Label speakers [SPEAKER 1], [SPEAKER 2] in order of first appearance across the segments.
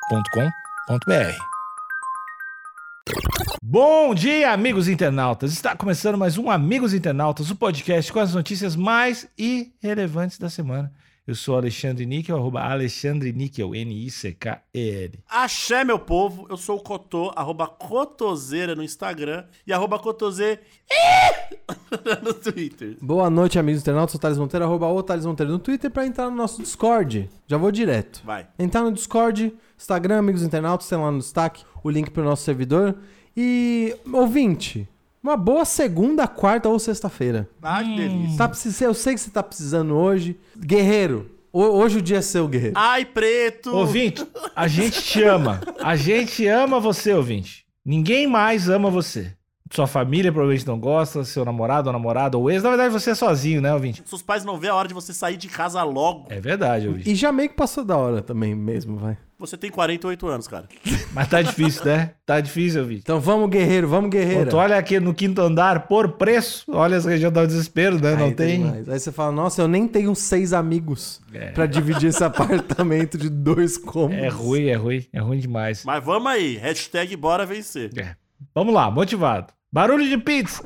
[SPEAKER 1] agenciadepodcast.com.br.
[SPEAKER 2] Bom dia, amigos internautas! Está começando mais um Amigos Internautas, o podcast com as notícias mais irrelevantes da semana. Eu sou Alexandre Níquel, arroba Alexandre Níquel, N-I-C-K-E-L.
[SPEAKER 3] Axé, meu povo. Eu sou o Cotô, arroba Cotoseira no Instagram e arroba Cotoseira no Twitter.
[SPEAKER 4] Boa noite, amigos internautas. Sou o Thales Monteiro, arroba o Thales Monteiro no Twitter pra entrar no nosso Discord. Já vou direto.
[SPEAKER 3] Vai.
[SPEAKER 4] Entrar no Discord, Instagram, amigos internautas, tem lá no destaque o link pro nosso servidor. E, ouvinte, uma boa segunda, quarta ou sexta-feira.
[SPEAKER 3] Ah,
[SPEAKER 2] Hum.
[SPEAKER 3] que delícia.
[SPEAKER 4] Tá precis... Eu sei que você tá precisando hoje. Guerreiro, ho- hoje o dia é seu, guerreiro.
[SPEAKER 2] Ah,
[SPEAKER 3] Ai, preto.
[SPEAKER 2] Ouvinte, a gente te ama. A gente ama você, ouvinte. Ninguém mais ama você. Sua família provavelmente não gosta, seu namorado ou namorada ou ex. Na verdade, você é sozinho, né, ouvinte?
[SPEAKER 3] Seus pais não vê a hora de você sair de casa logo.
[SPEAKER 2] É verdade, ouvinte.
[SPEAKER 4] E já meio que passou da hora também mesmo, vai.
[SPEAKER 3] Você tem 48 anos, cara.
[SPEAKER 2] Mas tá difícil, né? Tá difícil, ouvinte.
[SPEAKER 4] Então vamos, guerreiro, vamos, guerreiro.
[SPEAKER 2] Pronto, olha aqui no quinto andar, por preço. Olha essa região do desespero, né? Não
[SPEAKER 4] Aí tá
[SPEAKER 2] tem.
[SPEAKER 4] demais. Aí você fala, nossa, eu nem tenho seis amigos
[SPEAKER 2] É.
[SPEAKER 4] pra dividir esse apartamento de dois cômodos.
[SPEAKER 2] É ruim, é ruim, é ruim demais.
[SPEAKER 3] Mas vamos aí. Hashtag bora vencer.
[SPEAKER 2] É. Vamos lá, motivado. Barulho de pizza.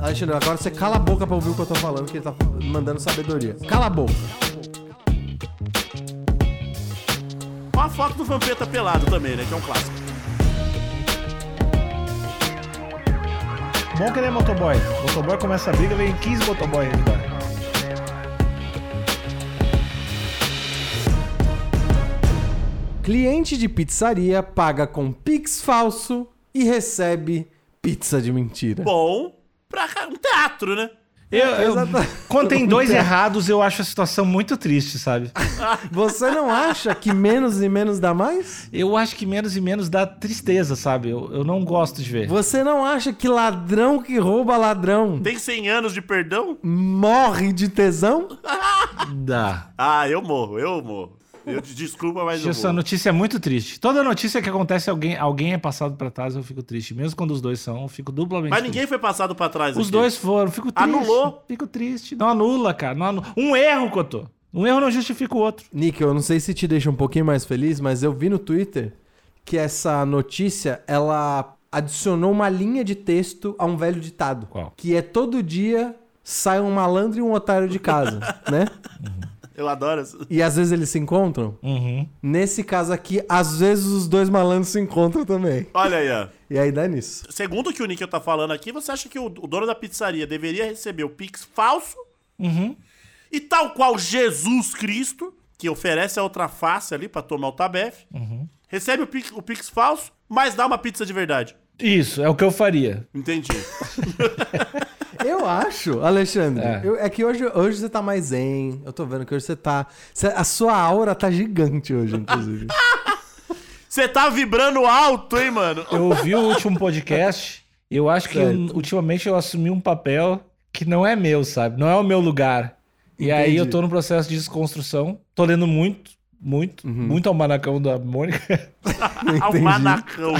[SPEAKER 4] Alexandre, agora você cala a boca pra ouvir o que eu tô falando, que ele tá mandando sabedoria. Cala a boca.
[SPEAKER 3] Com a foto do Vampeta pelado também, né? Que é um clássico.
[SPEAKER 2] Bom que ele é motoboy. Motoboy começa a briga, vem 15 motoboy ajudar.
[SPEAKER 4] Cliente de pizzaria paga com Pix falso e recebe pizza de mentira.
[SPEAKER 3] Bom pra ca- um teatro, né?
[SPEAKER 2] Eu, eu,
[SPEAKER 4] Exata-
[SPEAKER 2] quando tem dois
[SPEAKER 4] É.
[SPEAKER 2] errados, eu acho a situação muito triste, sabe?
[SPEAKER 4] Você não acha que menos e menos dá mais?
[SPEAKER 2] Eu acho que menos e menos dá tristeza, sabe? Eu, eu não gosto de ver.
[SPEAKER 4] Você não acha que ladrão que rouba ladrão
[SPEAKER 3] Tem 100 anos de perdão?
[SPEAKER 4] morre de tesão?
[SPEAKER 2] Dá.
[SPEAKER 3] Ah, eu morro, eu morro. Eu te desculpa, mas eu
[SPEAKER 2] Essa
[SPEAKER 3] morro.
[SPEAKER 2] notícia é muito triste. Toda notícia que acontece, alguém, alguém é passado pra trás, eu fico triste. Mesmo quando os dois são, eu fico duplamente
[SPEAKER 3] Mas
[SPEAKER 2] triste.
[SPEAKER 3] ninguém foi passado pra trás
[SPEAKER 2] Os
[SPEAKER 3] aqui.
[SPEAKER 2] dois foram. Fico triste.
[SPEAKER 3] Anulou.
[SPEAKER 2] Fico triste. Não anula, cara. Não anula. Um erro, Cotô. Um erro não justifica o outro.
[SPEAKER 4] Nick, eu não sei se te deixa um pouquinho mais feliz, mas eu vi no Twitter que essa notícia, ela adicionou uma linha de texto a um velho ditado.
[SPEAKER 2] Qual?
[SPEAKER 4] Que é todo dia sai um malandro e um otário de casa, né?
[SPEAKER 3] Eu adoro. essa-
[SPEAKER 4] E às vezes eles se encontram.
[SPEAKER 2] Uhum.
[SPEAKER 4] Nesse caso aqui, às vezes os dois malandros se encontram também.
[SPEAKER 3] Olha aí, ó.
[SPEAKER 4] E aí dá nisso.
[SPEAKER 3] Segundo o que o Nickel tá falando aqui, você acha que o, o dono da pizzaria deveria receber o Pix falso
[SPEAKER 2] Uhum.
[SPEAKER 3] e tal qual Jesus Cristo, que oferece a outra face ali pra tomar o tabef,
[SPEAKER 2] Uhum.
[SPEAKER 3] recebe o pix, o Pix falso, mas dá uma pizza de verdade.
[SPEAKER 2] Isso, é o que eu faria.
[SPEAKER 3] Entendi.
[SPEAKER 4] Eu acho, Alexandre.
[SPEAKER 2] É.
[SPEAKER 4] eu- É, que hoje, hoje você tá mais zen. Eu tô vendo que hoje você tá. você- a sua aura tá gigante hoje, inclusive.
[SPEAKER 3] Você tá vibrando alto, hein, mano?
[SPEAKER 2] Eu ouvi o último podcast. Eu acho que
[SPEAKER 4] Certo.
[SPEAKER 2] eu- ultimamente eu assumi um papel que não é meu, sabe? Não é o meu lugar. E aí
[SPEAKER 4] Entendi.
[SPEAKER 2] eu tô num processo de desconstrução. Tô lendo muito, muito,
[SPEAKER 3] Uhum.
[SPEAKER 2] muito ao manacão da Mônica.
[SPEAKER 3] Ao manacão.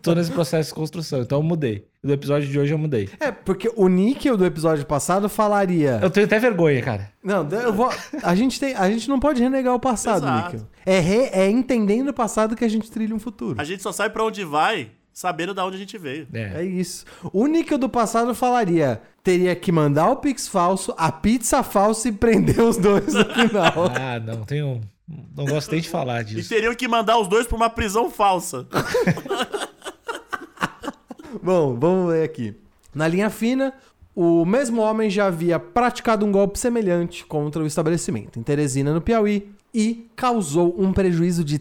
[SPEAKER 2] tô nesse processo de desconstrução. Então eu mudei. Do episódio de hoje eu mudei.
[SPEAKER 4] É, porque o níquel do episódio passado falaria.
[SPEAKER 2] Eu tenho até vergonha, cara.
[SPEAKER 4] Não, eu vou. A gente, tem, a gente não pode renegar o passado,
[SPEAKER 3] Exato.
[SPEAKER 4] níquel. É, re- é entendendo o passado que a gente trilha um futuro.
[SPEAKER 3] A gente só sai pra onde vai sabendo da onde a gente veio.
[SPEAKER 2] É.
[SPEAKER 4] É isso. O níquel do passado falaria. Teria que mandar o Pix falso, a pizza falsa e prender os dois no final.
[SPEAKER 2] Ah, não, tenho. Não gostei de falar
[SPEAKER 3] E
[SPEAKER 2] disso.
[SPEAKER 3] teriam que mandar os dois pra uma prisão falsa.
[SPEAKER 4] Bom, vamos ver aqui. Na linha fina, o mesmo homem já havia praticado um golpe semelhante contra o estabelecimento em Teresina, no Piauí, e causou um prejuízo de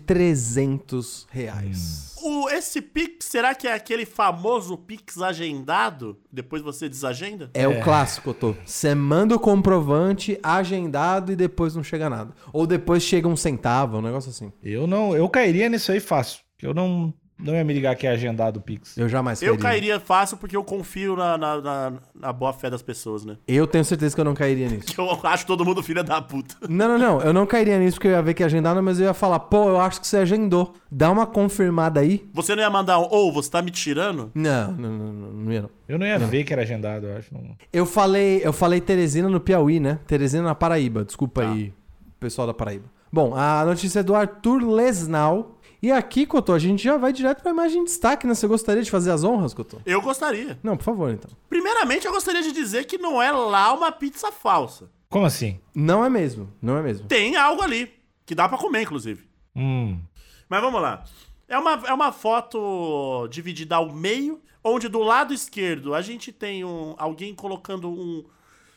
[SPEAKER 4] 300
[SPEAKER 3] Hum.
[SPEAKER 4] reais.
[SPEAKER 3] O, esse Pix, será que é aquele famoso Pix agendado? Depois você desagenda?
[SPEAKER 4] É, o clássico, Tô. Você manda o comprovante agendado e depois não chega nada. Ou depois chega um centavo, um negócio assim.
[SPEAKER 2] Eu não, eu cairia nisso aí fácil. Eu não, não ia me ligar que é agendado o Pix.
[SPEAKER 4] Eu jamais
[SPEAKER 3] Eu cairia fácil porque eu confio na, na, na- na boa fé das pessoas, né?
[SPEAKER 4] Eu tenho certeza que eu não cairia nisso.
[SPEAKER 3] Que eu acho todo mundo filha da puta.
[SPEAKER 4] Não, não, não. Eu não cairia nisso porque eu ia ver que agendaram, mas eu ia falar, pô, eu acho que você agendou. Dá uma confirmada aí.
[SPEAKER 3] Você não ia mandar um, ou você tá me tirando?
[SPEAKER 4] Não, não, não, não, não ia não.
[SPEAKER 2] Eu não ia ver que era agendado, eu acho. não.
[SPEAKER 3] Tá.
[SPEAKER 4] Eu falei, eu falei Teresina no Piauí, né? Teresina na Paraíba, desculpa aí. pessoal da Paraíba. Bom, a notícia é do Arthur Lesnal. E aqui, Cotô, a gente já vai direto pra imagem de destaque, né? Você gostaria de fazer as honras, Cotô?
[SPEAKER 3] Eu gostaria.
[SPEAKER 4] Não, por favor, então.
[SPEAKER 3] Primeiramente, eu gostaria de dizer que não é lá uma pizza falsa.
[SPEAKER 2] Como assim?
[SPEAKER 4] Não é mesmo, não é mesmo.
[SPEAKER 3] Tem algo ali, que dá pra comer, inclusive.
[SPEAKER 2] Hum.
[SPEAKER 3] Mas vamos lá. É uma, é uma foto dividida ao meio, onde do lado esquerdo a gente tem um, alguém colocando um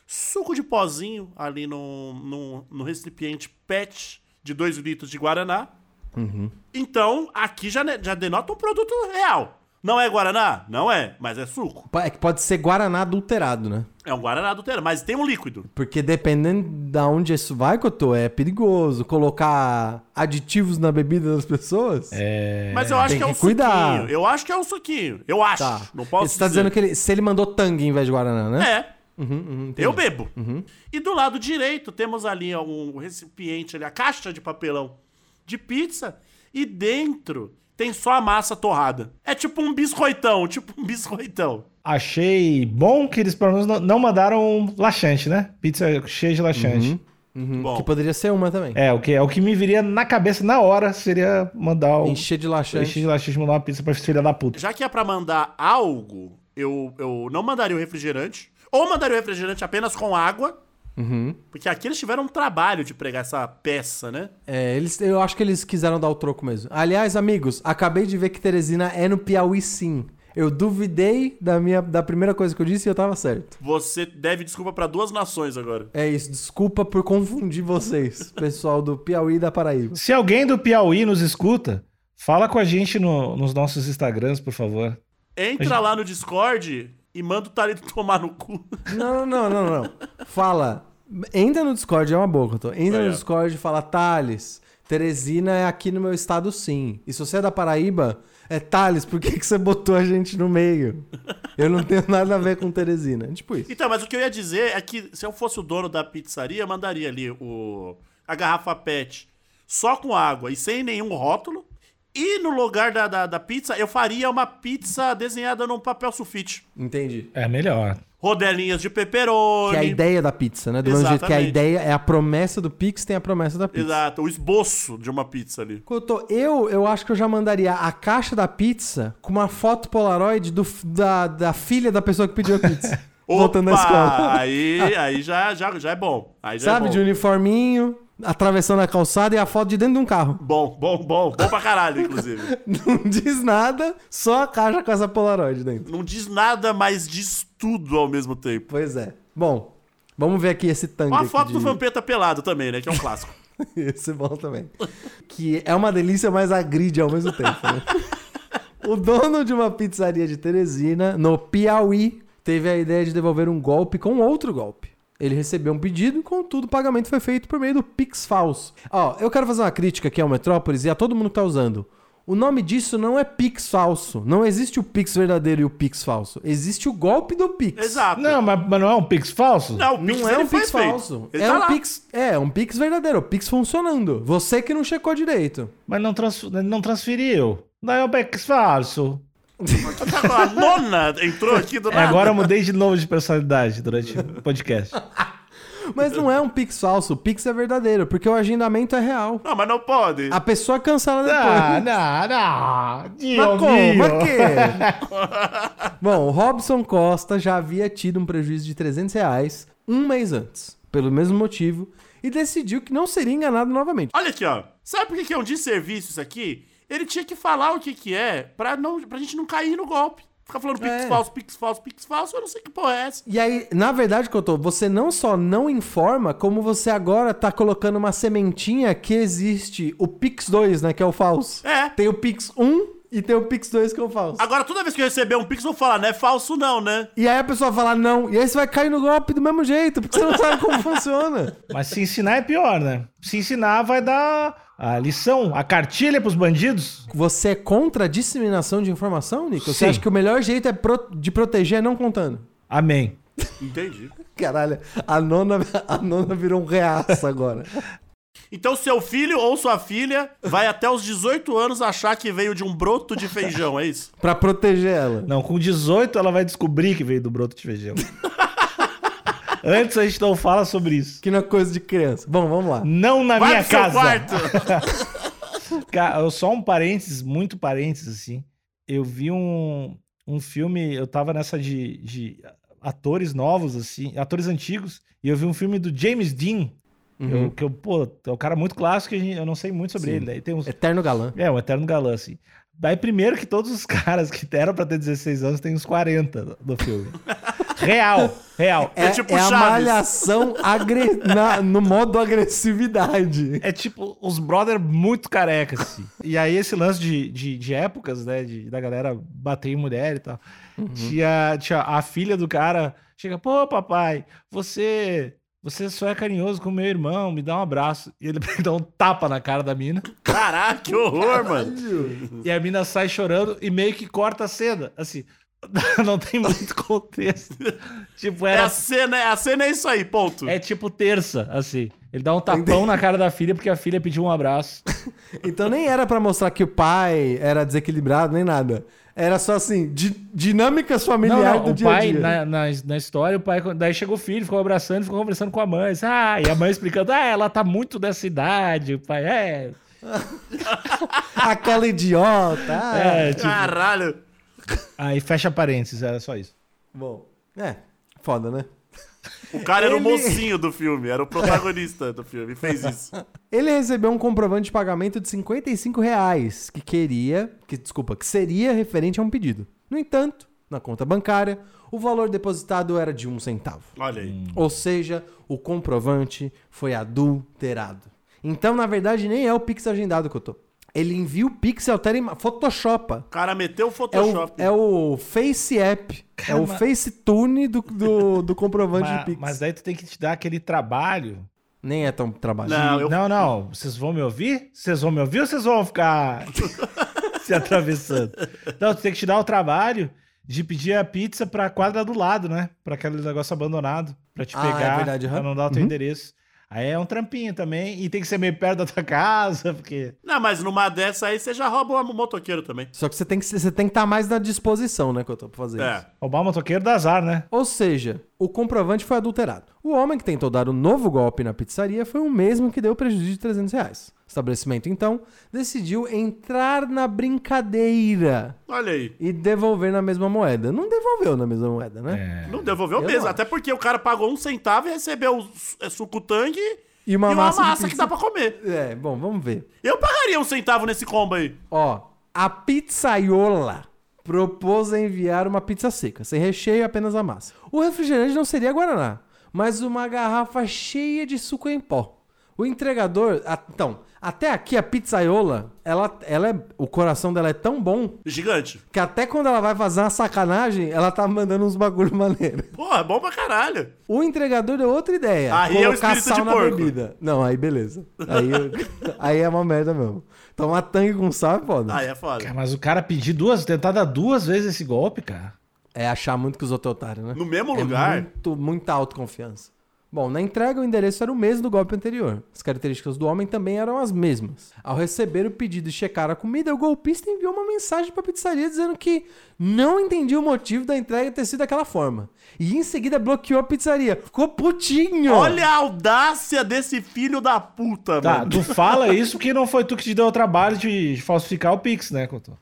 [SPEAKER 3] suco de pozinho ali no, no, no recipiente PET de 2 litros de Guaraná.
[SPEAKER 4] Uhum.
[SPEAKER 3] Então, aqui já, ne- já denota um produto real. Não é Guaraná? Não é, mas é suco.
[SPEAKER 4] É que pode ser Guaraná adulterado, né?
[SPEAKER 3] É um Guaraná adulterado, mas tem um líquido.
[SPEAKER 4] Porque dependendo da onde isso vai, Cotô, é perigoso. Colocar aditivos na bebida das pessoas.
[SPEAKER 2] É...
[SPEAKER 3] Mas eu acho
[SPEAKER 4] tem
[SPEAKER 3] que é um
[SPEAKER 4] que cuidar.
[SPEAKER 3] suquinho. Eu acho que é um suquinho. Eu acho.
[SPEAKER 4] Tá.
[SPEAKER 3] Não posso
[SPEAKER 4] Você tá dizendo que ele, se ele mandou tangue em vez de Guaraná, né?
[SPEAKER 3] É. eu bebo. E do lado direito temos ali um recipiente, ali, a caixa de papelão de pizza. E dentro tem só a massa torrada. É tipo um biscoitão, tipo um biscoitão.
[SPEAKER 2] Achei bom que eles pelo menos não- não mandaram laxante, né? Pizza cheia de laxante.
[SPEAKER 4] Uhum,
[SPEAKER 3] Bom.
[SPEAKER 4] Que poderia ser uma também.
[SPEAKER 2] É, o que, é o que me viria na cabeça na hora seria mandar o.
[SPEAKER 4] Encher de laxante.
[SPEAKER 2] Encher de laxante e mandar uma pizza pra filha da puta.
[SPEAKER 3] Já que é pra mandar algo, eu, eu não mandaria o refrigerante. Ou mandaria o refrigerante apenas com água.
[SPEAKER 4] Uhum.
[SPEAKER 3] Porque aqui eles tiveram um trabalho de pregar essa peça, né?
[SPEAKER 4] É, eles, eu acho que eles quiseram dar o troco mesmo. Aliás, amigos, acabei de ver que Teresina é no Piauí sim. Eu duvidei da, minha, da primeira coisa que eu disse e eu tava certo.
[SPEAKER 3] Você deve desculpa pra duas nações agora.
[SPEAKER 4] É isso, desculpa por confundir vocês, pessoal do Piauí e da Paraíba.
[SPEAKER 2] Se alguém do Piauí nos escuta, fala com a gente no- nos nossos Instagrams, por favor.
[SPEAKER 3] Entra lá no Discord e manda o Talito tomar no cu.
[SPEAKER 4] Não, não, não, não, não. Fala. Entra no Discord, é uma boca, tô. Entra
[SPEAKER 3] Aí,
[SPEAKER 4] no
[SPEAKER 3] ó.
[SPEAKER 4] Discord e fala, Thales, Teresina é aqui no meu estado sim. E se você é da Paraíba, é Thales, por que, que você botou a gente no meio? Eu não tenho nada a ver com Teresina. Tipo isso.
[SPEAKER 3] Então, mas o que eu ia dizer é que se eu fosse o dono da pizzaria, eu mandaria ali o, a garrafa PET só com água e sem nenhum rótulo. E no lugar da, da, da pizza, eu faria uma pizza desenhada num papel sulfite.
[SPEAKER 4] Entendi.
[SPEAKER 2] É melhor.
[SPEAKER 3] Rodelinhas de pepperoni.
[SPEAKER 4] Que é a ideia da pizza, né? Do mesmo jeito que a
[SPEAKER 3] Exatamente.
[SPEAKER 4] ideia é a promessa do Pix, tem a promessa da pizza.
[SPEAKER 3] Exato, o esboço de uma pizza ali.
[SPEAKER 4] Couto, eu, eu acho que eu já mandaria a caixa da pizza com uma foto polaroid do, f- da, da filha da pessoa que pediu a pizza. voltando da
[SPEAKER 3] Opa!
[SPEAKER 4] escola.
[SPEAKER 3] Aí, aí já, já, já é bom. Aí já
[SPEAKER 4] Sabe,
[SPEAKER 3] é bom.
[SPEAKER 4] de uniforminho, atravessando a calçada e a foto de dentro de um carro.
[SPEAKER 3] Bom, bom, bom. Bom pra caralho, inclusive.
[SPEAKER 4] Não diz nada, só a caixa com essa polaroid dentro.
[SPEAKER 3] Não diz nada, mas diz tudo ao mesmo tempo.
[SPEAKER 4] Pois é. Bom, vamos ver aqui esse tanque.
[SPEAKER 3] Uma
[SPEAKER 4] aqui
[SPEAKER 3] foto
[SPEAKER 4] de...
[SPEAKER 3] do Vampeta pelado também, né? Que é um clássico.
[SPEAKER 4] Esse é bom também. Que é uma delícia, mas agride ao mesmo tempo, né? O dono de uma pizzaria de Teresina, no Piauí, teve a ideia de devolver um golpe com outro golpe. Ele recebeu um pedido, contudo, o pagamento foi feito por meio do Pix falso. Ó, eu quero fazer uma crítica aqui ao Metrópolis e a todo mundo que tá usando. O nome disso não é Pix falso. Não existe o Pix verdadeiro e o Pix falso. Existe o golpe do Pix.
[SPEAKER 3] Exato.
[SPEAKER 2] Não, mas, mas não é um pix falso?
[SPEAKER 3] Não, o Pix
[SPEAKER 4] Não é
[SPEAKER 3] dele
[SPEAKER 4] um
[SPEAKER 3] foi
[SPEAKER 4] Pix
[SPEAKER 3] feito.
[SPEAKER 4] falso.
[SPEAKER 3] Ele
[SPEAKER 4] é,
[SPEAKER 3] tá
[SPEAKER 4] um
[SPEAKER 3] lá.
[SPEAKER 4] pix, é um Pix verdadeiro, o Pix funcionando. Você que não checou direito.
[SPEAKER 2] Mas não, trans, não transferiu. Não é um pix falso.
[SPEAKER 3] Tá A nona entrou aqui do
[SPEAKER 2] É,
[SPEAKER 3] nada.
[SPEAKER 2] agora eu mudei de novo de personalidade durante o podcast.
[SPEAKER 4] Mas não é um Pix falso, o Pix é verdadeiro, porque o agendamento é real.
[SPEAKER 3] Não, mas não pode.
[SPEAKER 4] A pessoa cancela
[SPEAKER 2] Ah,
[SPEAKER 4] depois.
[SPEAKER 2] não, não. Dio
[SPEAKER 4] Mas como?
[SPEAKER 2] mio.
[SPEAKER 4] Mas quê? Bom, o Robson Costa já havia tido um prejuízo de 300 reais um mês antes, pelo mesmo motivo, e decidiu que não seria enganado novamente.
[SPEAKER 3] Olha aqui, ó. Sabe por que que é um desserviço isso aqui? Ele tinha que falar o que que é pra, não, pra gente não cair no golpe. Ficar falando pix
[SPEAKER 4] É.
[SPEAKER 3] falso, pix falso, pix falso, eu não sei que porra é essa.
[SPEAKER 4] E aí, na verdade, Cotô, você não só não informa, como você agora tá colocando uma sementinha que existe o Pix 2, né? Que é o falso.
[SPEAKER 3] É.
[SPEAKER 4] Tem o Pix 1 e tem o Pix 2, que é o falso.
[SPEAKER 3] Agora, toda vez que eu receber um pix, eu vou falar, não é falso não, né?
[SPEAKER 4] E aí a pessoa fala não, e aí você vai cair no golpe do mesmo jeito, porque você não sabe como funciona.
[SPEAKER 2] Mas se ensinar é pior, né? Se ensinar vai dar a lição, a cartilha pros bandidos.
[SPEAKER 4] Você é contra a disseminação de informação, Nico? Você
[SPEAKER 2] Sim.
[SPEAKER 4] acha que o melhor jeito é pro- de proteger é não contando?
[SPEAKER 2] Amém.
[SPEAKER 3] Entendi.
[SPEAKER 4] Caralho, a nona, a nona virou um reaça agora.
[SPEAKER 3] Então, seu filho ou sua filha vai até os 18 anos achar que veio de um broto de feijão, é isso?
[SPEAKER 4] pra proteger ela.
[SPEAKER 2] Não, com 18 ela vai descobrir que veio do broto de feijão. Antes a gente não fala sobre isso.
[SPEAKER 4] Que não é coisa de criança. Bom, vamos lá.
[SPEAKER 2] Não na
[SPEAKER 3] Vai
[SPEAKER 2] minha
[SPEAKER 3] pro seu
[SPEAKER 2] casa.
[SPEAKER 3] quarto.
[SPEAKER 2] Ca- Só um parênteses, muito parênteses, assim. Eu vi um, um filme, eu tava nessa de, de atores novos, assim, atores antigos, e eu vi um filme do James Dean,
[SPEAKER 4] Uhum.
[SPEAKER 3] Uhum.
[SPEAKER 2] eu- que eu, pô, é um cara muito clássico e a gente- eu não sei muito sobre
[SPEAKER 4] Sim.
[SPEAKER 2] ele. Daí tem uns,
[SPEAKER 4] Eterno galã.
[SPEAKER 2] é, um eterno galã, assim. Daí primeiro que todos os caras que deram pra ter 16 anos têm uns 40 do- do filme. real, real.
[SPEAKER 4] É,
[SPEAKER 3] tipo
[SPEAKER 4] é a
[SPEAKER 3] Chaves.
[SPEAKER 4] malhação agre- na- no modo agressividade.
[SPEAKER 2] É tipo os brother muito carecas, assim. E aí esse lance de, de, de épocas, né? de- da galera bater em mulher e tal. Tinha, tinha a filha do cara chega, pô, papai, você... Você só é carinhoso com meu irmão, me dá um abraço. E ele dá um tapa na cara da mina.
[SPEAKER 3] Caraca, que horror, É, mano.
[SPEAKER 2] E a mina sai chorando e meio que corta a cena. Assim, não tem muito contexto. tipo,
[SPEAKER 3] É
[SPEAKER 2] era.
[SPEAKER 3] a cena, é a cena é isso aí, ponto.
[SPEAKER 2] É tipo terça, assim. Ele dá um tapão na cara da filha porque a filha pediu um abraço.
[SPEAKER 4] Então nem era pra mostrar que o pai era desequilibrado, nem nada. Era só assim, di- dinâmicas
[SPEAKER 2] Não,
[SPEAKER 4] familiares
[SPEAKER 2] não,
[SPEAKER 4] do
[SPEAKER 2] o
[SPEAKER 4] dia a
[SPEAKER 2] pai, né?
[SPEAKER 4] dia.
[SPEAKER 2] na, na, na história, o pai. Daí chegou o filho, ficou abraçando, ficou conversando com a mãe. Disse, ah, e a mãe explicando, ah, ela tá muito dessa idade, o pai. É.
[SPEAKER 4] Aquela idiota. ah,
[SPEAKER 2] é, tipo-
[SPEAKER 3] Caralho.
[SPEAKER 2] Aí fecha parênteses, era só isso.
[SPEAKER 4] Bom, é, foda, né?
[SPEAKER 3] O cara era o
[SPEAKER 4] Ele-
[SPEAKER 3] mocinho do filme, era o protagonista do filme, fez isso.
[SPEAKER 4] Ele recebeu um comprovante de pagamento de 55 reais, que queria, que desculpa, que seria referente a um pedido. No entanto, na conta bancária, o valor depositado era de um centavo.
[SPEAKER 3] Olha aí.
[SPEAKER 4] Ou seja, o comprovante foi adulterado. Então, na verdade, nem é o Pix agendado que eu tô. Ele envia o Pix e altera a ima- Photoshopa.
[SPEAKER 3] O cara meteu o
[SPEAKER 4] É o,
[SPEAKER 3] Photoshop.
[SPEAKER 4] é o Face App. é o
[SPEAKER 2] mas-
[SPEAKER 4] Face Tune do, do, do comprovante de
[SPEAKER 2] Mas,
[SPEAKER 4] Pix.
[SPEAKER 2] mas é daí tu tem que te dar aquele trabalho.
[SPEAKER 4] Nem é tão trabalho.
[SPEAKER 3] Não, eu-
[SPEAKER 2] Não, não, vocês vão me ouvir? Vocês vão me ouvir ou vocês vão ficar se atravessando? Não, tu tem que te dar o trabalho de pedir a pizza pra quadra do lado, né? Pra aquele negócio abandonado, pra te
[SPEAKER 4] Ah, é
[SPEAKER 2] pegar,
[SPEAKER 4] verdade, aham. Uhum.
[SPEAKER 2] pra não dar o teu endereço. Aí é um trampinho também, e tem que ser meio perto da tua casa, porque...
[SPEAKER 3] Não, mas numa dessa aí você já rouba um motoqueiro também.
[SPEAKER 4] Só que você tem que estar você tem que tá mais na disposição, né, que eu tô pra fazer isso.
[SPEAKER 3] É.
[SPEAKER 2] Roubar o motoqueiro dá azar, né?
[SPEAKER 4] Ou seja, o comprovante foi adulterado. O homem que tentou dar um novo golpe na pizzaria foi o mesmo que deu prejuízo de 300 reais. O estabelecimento, então, decidiu entrar na brincadeira
[SPEAKER 3] Olha aí.
[SPEAKER 4] e devolver na mesma moeda. Não devolveu na mesma moeda, né?
[SPEAKER 3] Não devolveu
[SPEAKER 4] Eu
[SPEAKER 3] mesmo,
[SPEAKER 4] não
[SPEAKER 3] até porque o cara pagou um centavo e recebeu o su- é, sucutangue
[SPEAKER 4] E uma
[SPEAKER 3] e uma
[SPEAKER 4] massa de
[SPEAKER 3] massa que
[SPEAKER 4] pizza.
[SPEAKER 3] dá pra comer.
[SPEAKER 4] É, bom, vamos ver.
[SPEAKER 3] Eu pagaria um centavo nesse combo aí.
[SPEAKER 4] Ó, a pizzaiola propôs enviar uma pizza seca, sem recheio e apenas a massa. O refrigerante não seria Guaraná, mas uma garrafa cheia de suco em pó. O entregador. a- então, até aqui a pizzaiola, ela, ela é, o coração dela é tão bom
[SPEAKER 3] Gigante.
[SPEAKER 4] que até quando ela vai fazer uma sacanagem, ela tá mandando uns bagulho maneiro.
[SPEAKER 3] Porra, é bom pra caralho.
[SPEAKER 4] O entregador deu outra ideia.
[SPEAKER 3] Aí é o espírito
[SPEAKER 4] sal
[SPEAKER 3] de
[SPEAKER 4] na
[SPEAKER 3] porco.
[SPEAKER 4] bebida. Não, aí beleza. Aí, eu- aí é uma merda mesmo. Tomar tangue com sal é foda.
[SPEAKER 3] Aí é foda.
[SPEAKER 2] Cara, mas o cara pedir duas, tentar dar duas vezes esse golpe, cara.
[SPEAKER 4] É achar muito que os outros é otário, né?
[SPEAKER 3] No mesmo
[SPEAKER 4] É
[SPEAKER 3] lugar.
[SPEAKER 4] Muito, muita autoconfiança. Bom, na entrega o endereço era o mesmo do golpe anterior. As características do homem também eram as mesmas. Ao receber o pedido e checar a comida, o golpista enviou uma mensagem pra pizzaria dizendo que não entendia o motivo da entrega ter sido daquela forma. E em seguida bloqueou a pizzaria. Ficou putinho!
[SPEAKER 3] Olha a audácia desse filho da puta,
[SPEAKER 2] Tá,
[SPEAKER 3] mano.
[SPEAKER 2] tu fala isso porque não foi tu que te deu o trabalho de falsificar o Pix, né, Couto?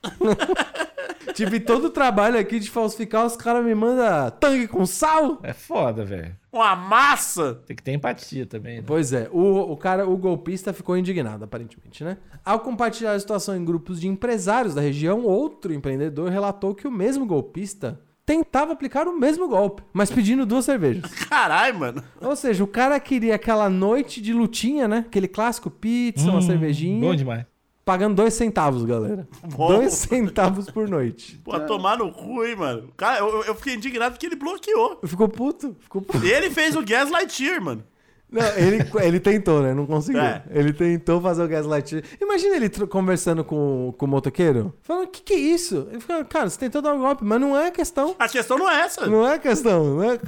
[SPEAKER 4] Tive todo o trabalho aqui de falsificar, os caras me mandam tangue com sal?
[SPEAKER 2] É foda, velho.
[SPEAKER 3] Uma massa.
[SPEAKER 2] Tem que ter empatia também, né?
[SPEAKER 4] Pois é, o, o cara, o golpista ficou indignado, aparentemente, né? Ao compartilhar a situação em grupos de empresários da região, outro empreendedor relatou que o mesmo golpista tentava aplicar o mesmo golpe, mas pedindo duas cervejas.
[SPEAKER 3] Caralho, mano.
[SPEAKER 4] Ou seja, o cara queria aquela noite de lutinha, né? Aquele clássico pizza, uma cervejinha,
[SPEAKER 2] Bom demais.
[SPEAKER 4] pagando dois centavos, galera.
[SPEAKER 3] Bom.
[SPEAKER 4] Dois centavos por noite.
[SPEAKER 3] Pô, tomar no cu, hein, mano. Cara, eu, eu fiquei indignado porque ele bloqueou.
[SPEAKER 4] Ficou puto, ficou puto.
[SPEAKER 3] Ele fez o Gaslightier, mano.
[SPEAKER 4] Não, ele, ele tentou, né? Não conseguiu.
[SPEAKER 3] É.
[SPEAKER 4] Ele tentou fazer o gaslight. Imagina ele tro- conversando com, com o motoqueiro, falando: o que, que é isso? Ele fica, cara, você tentou dar um golpe, mas não é questão.
[SPEAKER 3] A questão não é essa.
[SPEAKER 4] Não é questão. Não é...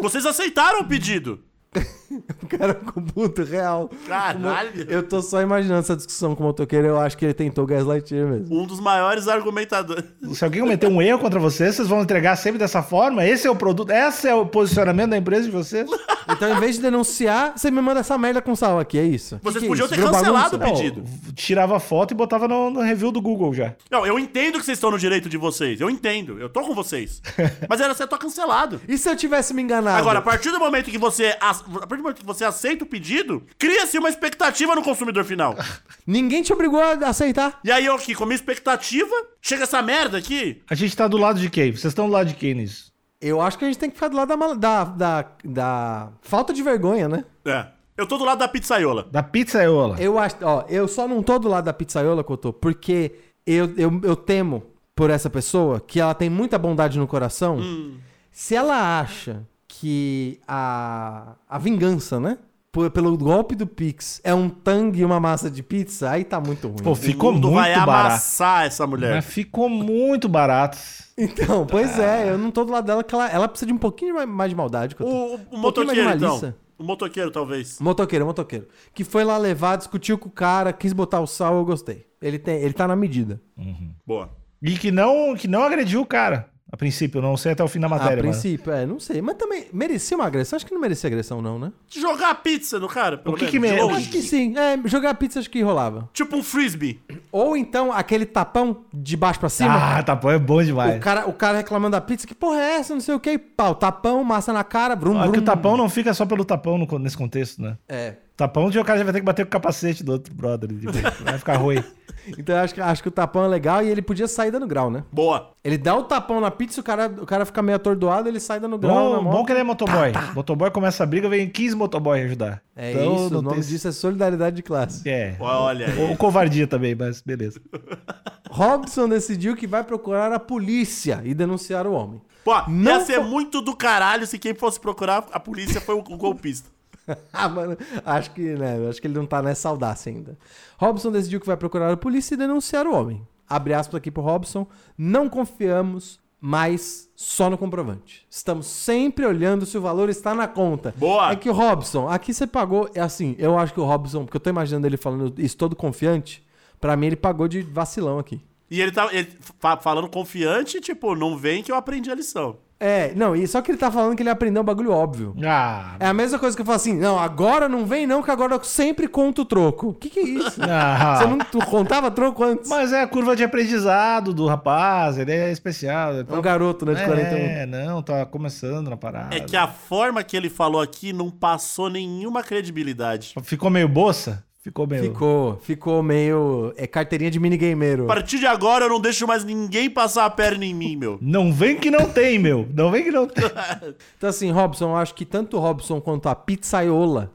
[SPEAKER 3] Vocês aceitaram o pedido.
[SPEAKER 4] O cara ficou puto real.
[SPEAKER 3] Caralho.
[SPEAKER 4] Eu tô só imaginando essa discussão com o motoqueiro, eu acho que ele tentou gaslightir mesmo.
[SPEAKER 3] Um dos maiores argumentadores.
[SPEAKER 2] Se alguém cometer um erro contra você, vocês vão entregar sempre dessa forma? Esse é o produto, esse é o posicionamento da empresa de vocês?
[SPEAKER 4] Então, em vez de denunciar, você me manda essa merda com sal aqui, é isso.
[SPEAKER 3] Vocês
[SPEAKER 4] Que que é
[SPEAKER 3] podiam
[SPEAKER 4] isso?
[SPEAKER 3] ter
[SPEAKER 4] Virou
[SPEAKER 3] cancelado
[SPEAKER 4] bagunça?
[SPEAKER 3] o pedido.
[SPEAKER 2] Tirava foto e botava no, no review do Google já.
[SPEAKER 3] Não, eu entendo que vocês estão no direito de vocês. Eu entendo. Eu tô com vocês. Mas era só cancelado.
[SPEAKER 4] E se eu tivesse me enganado?
[SPEAKER 3] Agora, a partir do momento que você, a a partir do momento que você aceita o pedido, cria-se uma expectativa no consumidor final.
[SPEAKER 4] Ninguém te obrigou a aceitar.
[SPEAKER 3] E aí eu aqui, com a minha expectativa, chega essa merda aqui.
[SPEAKER 2] A gente tá do lado de quem? Vocês estão do lado de quem nisso?
[SPEAKER 4] Eu acho que a gente tem que ficar do lado da, mal- da, da, da falta de vergonha, né?
[SPEAKER 3] É. Eu tô do lado da pizzaiola.
[SPEAKER 2] Da pizzaiola.
[SPEAKER 4] Eu acho, ó, eu só não tô do lado da pizzaiola, Cotô, porque eu, eu, eu temo por essa pessoa que ela tem muita bondade no coração.
[SPEAKER 3] Hum.
[SPEAKER 4] Se ela acha que a, a vingança, né? por- pelo golpe do Pix é um tangue e uma massa de pizza, aí tá muito ruim.
[SPEAKER 2] Pô, ficou
[SPEAKER 3] o mundo
[SPEAKER 2] muito
[SPEAKER 3] vai
[SPEAKER 2] barato.
[SPEAKER 3] amassar essa mulher.
[SPEAKER 4] é
[SPEAKER 2] Mas ficou muito barato.
[SPEAKER 4] Então, pois
[SPEAKER 3] Ah.
[SPEAKER 4] é, eu não tô do lado dela, que ela, ela precisa de um pouquinho mais- mais de maldade, Cotô.
[SPEAKER 3] O, o
[SPEAKER 4] Um pouquinho mais de
[SPEAKER 3] motoqueiro, então.
[SPEAKER 4] malícia.
[SPEAKER 3] O motoqueiro, talvez.
[SPEAKER 4] Motoqueiro, motoqueiro. Que foi lá levar, discutiu com o cara, quis botar o sal, eu gostei. Ele, tem, ele tá na medida.
[SPEAKER 3] Boa.
[SPEAKER 2] E que não, que não agrediu o cara. A princípio, não sei até o fim da matéria.
[SPEAKER 4] a
[SPEAKER 2] mano.
[SPEAKER 4] princípio, é, não sei. Mas também merecia uma agressão. Acho que não merecia agressão, não, né?
[SPEAKER 3] Jogar a pizza no cara, pelo
[SPEAKER 2] O que que
[SPEAKER 3] menos.
[SPEAKER 2] me-
[SPEAKER 3] de
[SPEAKER 2] eu
[SPEAKER 3] longe.
[SPEAKER 4] Acho que sim. É, jogar pizza acho que rolava.
[SPEAKER 3] Tipo um frisbee.
[SPEAKER 4] Ou então aquele tapão de baixo pra cima.
[SPEAKER 2] Ah, tapão é bom demais.
[SPEAKER 4] O cara, o cara reclamando da pizza, que porra é essa? Não sei o que. Pau, tapão, massa na cara, brum,
[SPEAKER 2] Ah, que
[SPEAKER 4] brum.
[SPEAKER 2] o tapão não fica só pelo tapão no- nesse contexto, né?
[SPEAKER 4] É.
[SPEAKER 2] Tapão de o cara já vai ter que bater com o capacete do outro brother. tipo, vai ficar ruim.
[SPEAKER 4] Então eu acho, que- acho que o tapão é legal e ele podia sair dando grau, né?
[SPEAKER 3] Boa.
[SPEAKER 4] Ele dá o tapão na pizza, o cara, o cara fica meio atordoado, ele sai dando grau na
[SPEAKER 2] Bom,
[SPEAKER 4] mão.
[SPEAKER 2] bom que ele é motoboy. Motoboy começa a briga, vem 15 motoboy ajudar.
[SPEAKER 4] É
[SPEAKER 2] Então,
[SPEAKER 4] isso, o
[SPEAKER 2] não
[SPEAKER 4] nome
[SPEAKER 2] tem-
[SPEAKER 4] disso é solidariedade de classe.
[SPEAKER 2] É.
[SPEAKER 3] Olha aí.
[SPEAKER 2] Ou covardia também, mas beleza.
[SPEAKER 4] Robson decidiu que vai procurar a polícia e denunciar o homem.
[SPEAKER 3] Pô,
[SPEAKER 4] Não
[SPEAKER 3] ia ser
[SPEAKER 4] fo-
[SPEAKER 3] muito do caralho se quem fosse procurar a polícia foi o, o golpista.
[SPEAKER 4] Ah, mano, acho que, né, acho que ele não tá nessa audácia ainda. Robson decidiu que vai procurar a polícia e denunciar o homem. Abre aspas aqui pro Robson. Não confiamos, mas só no comprovante. Estamos sempre olhando se o valor está na conta.
[SPEAKER 3] Boa.
[SPEAKER 4] É que o Robson, aqui você pagou, é assim, eu acho que o Robson, porque eu tô imaginando ele falando isso todo confiante, pra mim ele pagou de vacilão aqui.
[SPEAKER 3] E ele tá ele fa- falando confiante, tipo, não vem que eu aprendi a lição.
[SPEAKER 4] É, não, e só que ele tá falando que ele aprendeu um bagulho óbvio.
[SPEAKER 2] Ah,
[SPEAKER 4] É a mesma coisa que eu falo assim, não, agora não vem não, que agora eu sempre conto o troco. O que que é isso?
[SPEAKER 2] ah.
[SPEAKER 4] Você não tu contava troco antes?
[SPEAKER 2] Mas é a curva de aprendizado do rapaz, ele é especial. ele
[SPEAKER 4] É um
[SPEAKER 2] tá-
[SPEAKER 4] garoto, né, de 41.
[SPEAKER 2] É, não, tá começando na parada.
[SPEAKER 3] É que a forma que ele falou aqui não passou nenhuma credibilidade.
[SPEAKER 2] Ficou meio bolsa? Ficou meio...
[SPEAKER 4] Ficou, ficou meio... É carteirinha de minigameiro.
[SPEAKER 3] A partir de agora eu não deixo mais ninguém passar a perna em mim, meu.
[SPEAKER 2] Não vem que não tem, meu. Não vem que não tem.
[SPEAKER 4] Então assim, Robson, eu acho que tanto o Robson quanto a pizzaiola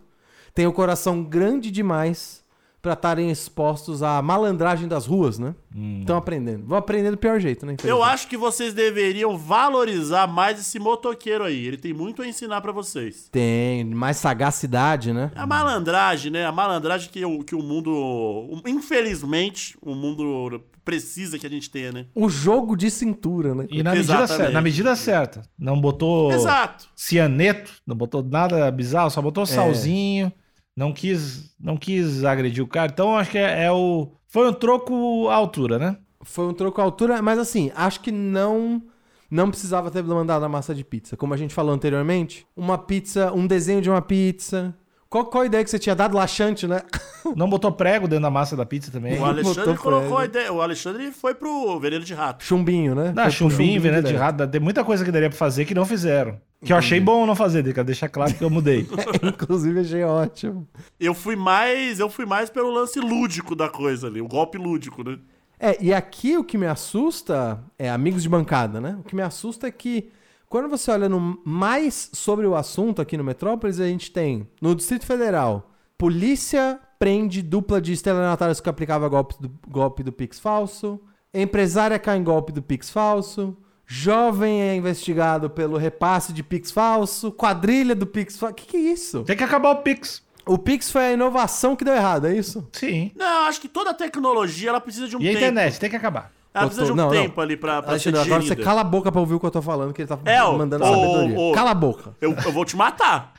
[SPEAKER 4] tem o coração grande demais pra estarem expostos à malandragem das ruas, né?
[SPEAKER 2] Hum.
[SPEAKER 4] Estão aprendendo. Vão aprender do pior jeito, né?
[SPEAKER 3] Eu
[SPEAKER 4] infelizmente.
[SPEAKER 3] acho que vocês deveriam valorizar mais esse motoqueiro aí. Ele tem muito a ensinar pra vocês.
[SPEAKER 4] Tem mais sagacidade, né?
[SPEAKER 3] A malandragem, né? A malandragem que o, que o mundo. o- Infelizmente, o mundo precisa que a gente tenha, né?
[SPEAKER 4] O jogo de cintura, né?
[SPEAKER 2] E na medida,
[SPEAKER 3] Exatamente.
[SPEAKER 2] certa, na medida certa. Não botou
[SPEAKER 3] Exato.
[SPEAKER 2] cianeto, não botou nada bizarro, só botou um salzinho. Não quis, não quis agredir o cara. Então acho que é, é o. Foi um troco à altura, né?
[SPEAKER 4] Foi um troco à altura, mas assim, acho que não não precisava ter mandado a massa de pizza. Como a gente falou anteriormente, uma pizza, um desenho de uma pizza. Qual, qual a ideia que você tinha dado? Laxante, né?
[SPEAKER 2] Não botou prego dentro da massa da pizza também.
[SPEAKER 3] O Alexandre
[SPEAKER 4] Botou
[SPEAKER 3] colocou
[SPEAKER 4] pra
[SPEAKER 3] a
[SPEAKER 4] ele.
[SPEAKER 3] ideia. O Alexandre foi pro veneno de rato.
[SPEAKER 4] Chumbinho, né?
[SPEAKER 2] Não,
[SPEAKER 4] Foi né? pro
[SPEAKER 2] chumbinho, veneno de
[SPEAKER 4] direto.
[SPEAKER 2] rato, tem muita coisa que daria pra fazer que não fizeram. Que eu achei bom não fazer, quero deixar claro que eu mudei.
[SPEAKER 4] Inclusive, achei ótimo.
[SPEAKER 3] Eu fui mais. Eu fui mais pelo lance lúdico da coisa ali, o golpe lúdico, né?
[SPEAKER 4] É, e aqui o que me assusta é amigos de bancada, né? O que me assusta é que quando você olha no mais sobre o assunto aqui no Metrópolis, a gente tem no Distrito Federal, polícia prende dupla de estelionatários que aplicava golpe do, golpe do Pix falso, empresária cai em golpe do Pix falso, jovem é investigado pelo repasse de Pix falso, quadrilha do Pix falso. O que, que é isso?
[SPEAKER 2] Tem que acabar o Pix.
[SPEAKER 4] O Pix foi a inovação que deu errado, é isso?
[SPEAKER 2] Sim.
[SPEAKER 3] Não, acho que toda tecnologia ela precisa de um
[SPEAKER 2] E a
[SPEAKER 3] tempo.
[SPEAKER 2] internet, tem que acabar.
[SPEAKER 3] Ela precisa de um
[SPEAKER 4] Não, não.
[SPEAKER 3] tempo ali pra, pra ser
[SPEAKER 4] Alexandre, agora você
[SPEAKER 3] digerida.
[SPEAKER 4] cala a boca pra ouvir o que eu tô falando, que ele tá
[SPEAKER 3] É, ô,
[SPEAKER 4] mandando
[SPEAKER 3] ô,
[SPEAKER 4] sabedoria.
[SPEAKER 3] ô, ô.
[SPEAKER 4] Cala a boca.
[SPEAKER 3] eu, eu vou te matar.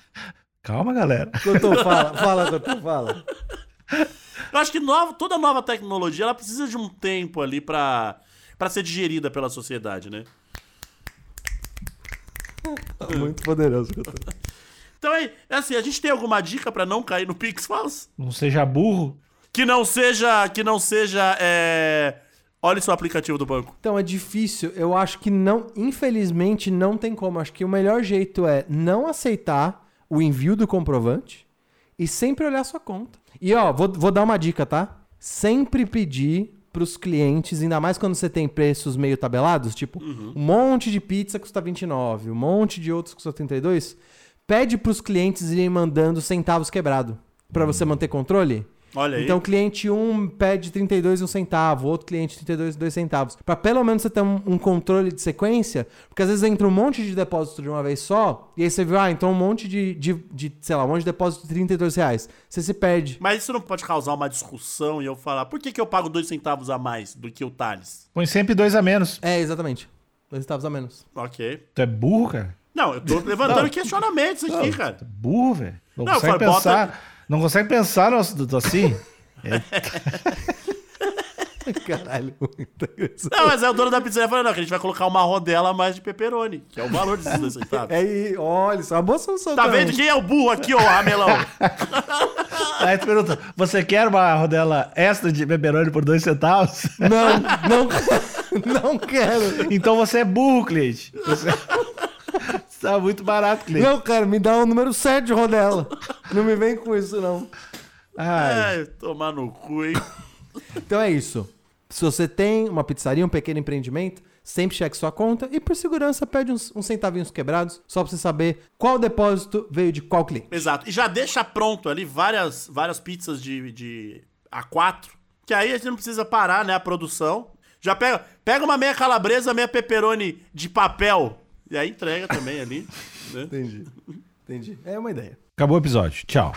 [SPEAKER 2] Calma, galera.
[SPEAKER 4] Cotô, fala, fala, Cotô, fala.
[SPEAKER 3] Eu acho que nova, toda nova tecnologia ela precisa de um tempo ali pra, pra ser digerida pela sociedade, né?
[SPEAKER 4] Muito poderoso, Cotô.
[SPEAKER 3] Então é é assim, a gente tem alguma dica pra não cair no Pix falso?
[SPEAKER 2] Não seja burro.
[SPEAKER 3] Que não seja. Que não seja. É... Olha seu aplicativo do banco.
[SPEAKER 4] Então é difícil, eu acho que não, infelizmente não tem como. Acho que o melhor jeito é não aceitar o envio do comprovante e sempre olhar sua conta. E ó, vou, vou dar uma dica, tá? Sempre pedir pros clientes, ainda mais quando você tem preços meio tabelados, tipo,
[SPEAKER 3] Uhum.
[SPEAKER 4] um monte de pizza custa 29, um monte de outros custa 32, pede pros clientes irem mandando centavos quebrado pra você manter controle.
[SPEAKER 3] Uhum. Olha aí.
[SPEAKER 4] Então, cliente 1 pede 32 um centavo, outro cliente 32 dois centavos. Pra pelo menos você ter um, um controle de sequência, porque às vezes entra um monte de depósito de uma vez só, e aí você viu, ah, então um monte de, de, de, sei lá, um monte de depósito de 32 reais. Você se perde.
[SPEAKER 3] Mas isso não pode causar uma discussão e eu falar, por que, que eu pago dois centavos a mais do que o Thales?
[SPEAKER 2] Põe sempre dois a menos.
[SPEAKER 4] É, exatamente. Dois centavos a menos.
[SPEAKER 3] Ok.
[SPEAKER 2] Tu é burro, cara?
[SPEAKER 3] Não, eu tô levantando questionamentos aqui, cara.
[SPEAKER 2] Tu é burro, velho. Não,
[SPEAKER 3] Não,
[SPEAKER 2] consegue
[SPEAKER 3] foi, bota-
[SPEAKER 2] pensar. Não consegue pensar no assunto assim?
[SPEAKER 4] Caralho, muito agressivo.
[SPEAKER 3] Não, mas é o dono da pizzaria falando, não, que a gente vai colocar uma rodela a mais de pepperoni, que é o valor desses dois centavos.
[SPEAKER 4] É, e olha, isso é uma boa solução.
[SPEAKER 3] Tá
[SPEAKER 4] também.
[SPEAKER 3] vendo quem é o burro aqui, ô Ramelão?
[SPEAKER 2] Aí tu pergunta: você quer uma rodela extra de beberone por dois centavos?
[SPEAKER 4] Não, não, não quero.
[SPEAKER 2] Então você é burro, cliente. Você... Você tá muito barato, cliente.
[SPEAKER 4] Não, cara, me dá o número 7 de rodela. Não me vem com isso, não.
[SPEAKER 2] Ai,
[SPEAKER 3] Ai, É, tomar no cu, hein?
[SPEAKER 4] Então é isso. Se você tem uma pizzaria, um pequeno empreendimento, sempre cheque sua conta e, por segurança, pede uns, uns centavinhos quebrados, só pra você saber qual depósito veio de qual cliente.
[SPEAKER 3] Exato. E já deixa pronto ali várias, várias pizzas de, de A4, que aí a gente não precisa parar, né, a produção. Já pega, pega uma meia calabresa, meia pepperoni de papel, e aí entrega também ali, né?
[SPEAKER 4] Entendi. Entendi. É uma ideia.
[SPEAKER 2] Acabou o episódio. Tchau.